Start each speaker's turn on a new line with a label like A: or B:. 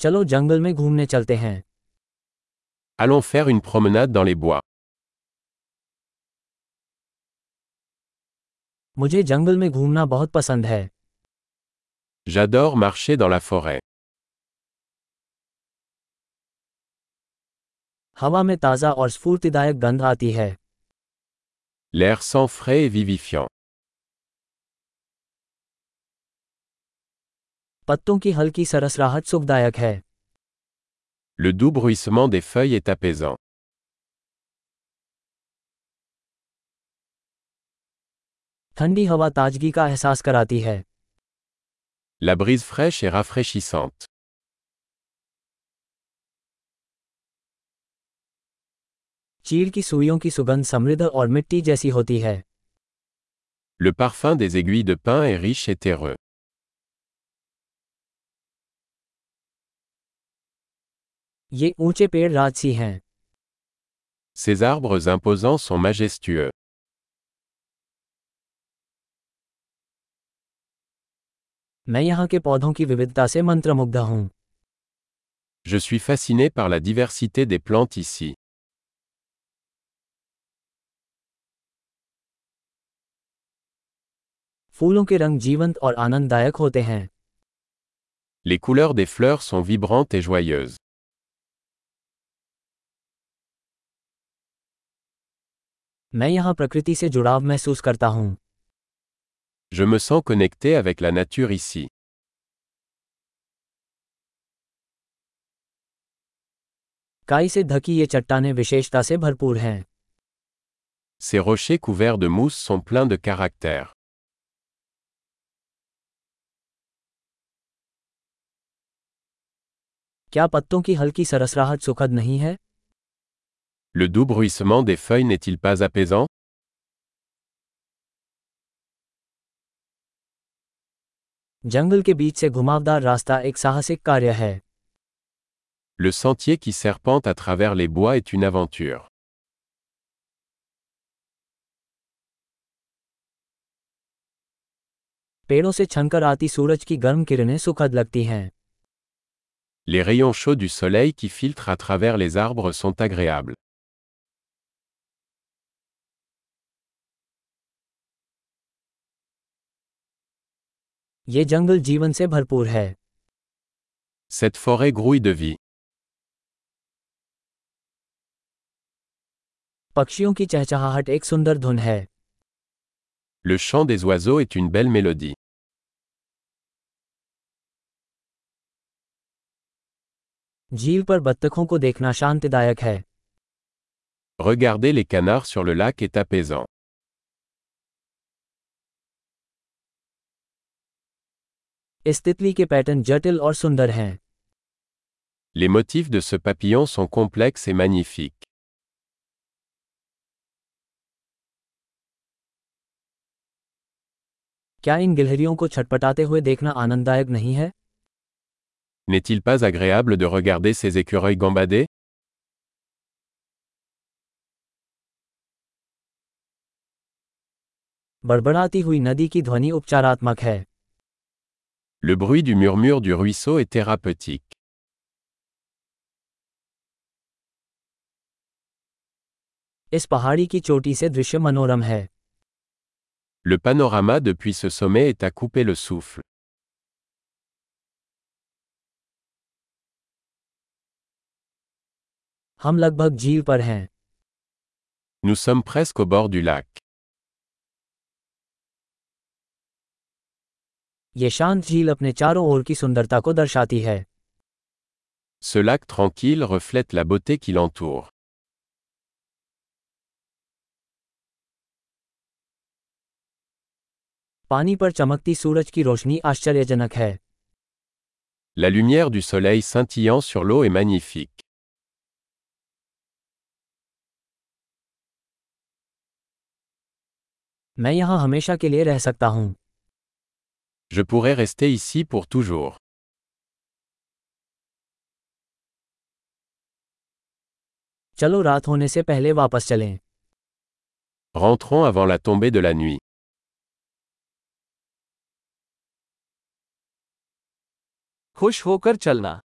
A: चलो जंगल में घूमने चलते हैं
B: Allons faire une promenade dans les bois.
A: मुझे जंगल में घूमना बहुत पसंद है
B: J'adore marcher dans la forêt.
A: हवा में ताज़ा और स्फूर्तिदायक गंध आती है
B: L'air sent frais et vivifiant.
A: पत्तों की हल्की सरसराहट सुखदायक है
B: Le doux bruissement des feuilles est apaisant.
A: ठंडी हवा ताजगी का एहसास कराती है
B: La brise fraîche est rafraîchissante.
A: चीड़ की सुइयों की सुगंध समृद्ध और मिट्टी जैसी होती है
B: Le parfum des aiguilles de pin est riche et terreux.
A: ये ऊंचे पेड़ राजसी हैं
B: Ces arbres imposants sont majestueux.
A: मैं यहाँ के पौधों की विविधता से मंत्रमुग्ध हूँ
B: Je suis fasciné par la diversité des plantes ici.
A: फूलों के रंग जीवंत और आनंददायक होते हैं
B: Les couleurs des fleurs sont vibrantes et joyeuses.
A: मैं यहाँ प्रकृति से जुड़ाव महसूस करता हूँ
B: Je me sens connecté avec la nature ici.
A: काई से ढकी ये चट्टाने विशेषता से भरपूर हैं
B: Ces rochers couverts de mousse sont pleins de caractère.
A: क्या पत्तों की हल्की सरसराहट सुखद नहीं है
B: Le doux bruissement des feuilles n'est-il pas apaisant
A: जंगल के बीच से घुमावदार रास्ता एक साहसिक कार्य है
B: Le sentier qui serpente à travers les bois est une aventure.
A: पेड़ों से छनकर आती सूरज की गर्म किरणें सुखद लगती हैं
B: Les rayons chauds du soleil qui filtrent à travers les arbres sont agréables.
A: ये जंगल जीवन से भरपूर है
B: Cette forêt grouille de vie.
A: पक्षियों की चहचहाहट एक सुंदर धुन है
B: Le chant des oiseaux est une belle mélodie.
A: झील पर बत्तखों को देखना शांतिदायक है
B: Regarder les canards sur le lac est apaisant.
A: इस तितली के पैटर्न जटिल और सुंदर हैं
B: Les motifs de ce papillon sont complexes et magnifiques.
A: क्या इन गिलहरियों को छटपटाते हुए देखना आनंददायक नहीं है
B: N'est-il pas agréable de regarder ces écureuils gambader
A: बड़बड़ाती हुई नदी की ध्वनि उपचारात्मक है
B: Le bruit du murmure du ruisseau est thérapeutique.
A: इस पहाड़ी की चोटी से दृश्य मनोरम है
B: Le panorama depuis ce sommet est à couper le souffle.
A: हम लगभग झील पर हैं
B: Nous sommes presque au bord du lac.
A: ये शांत झील अपने चारों ओर की सुंदरता को दर्शाती है
B: Ce lac tranquille reflète la beauté qui l'entoure.
A: पानी पर चमकती सूरज की रोशनी आश्चर्यजनक है
B: La lumière du soleil scintillant sur l'eau est magnifique.
A: मैं यहाँ हमेशा के लिए रह सकता हूँ
B: Je pourrais rester ici pour toujours.
A: चलो रात होने से पहले वापस चलें
B: Rentrons avant la tombée de la nuit.
C: खुश होकर चलना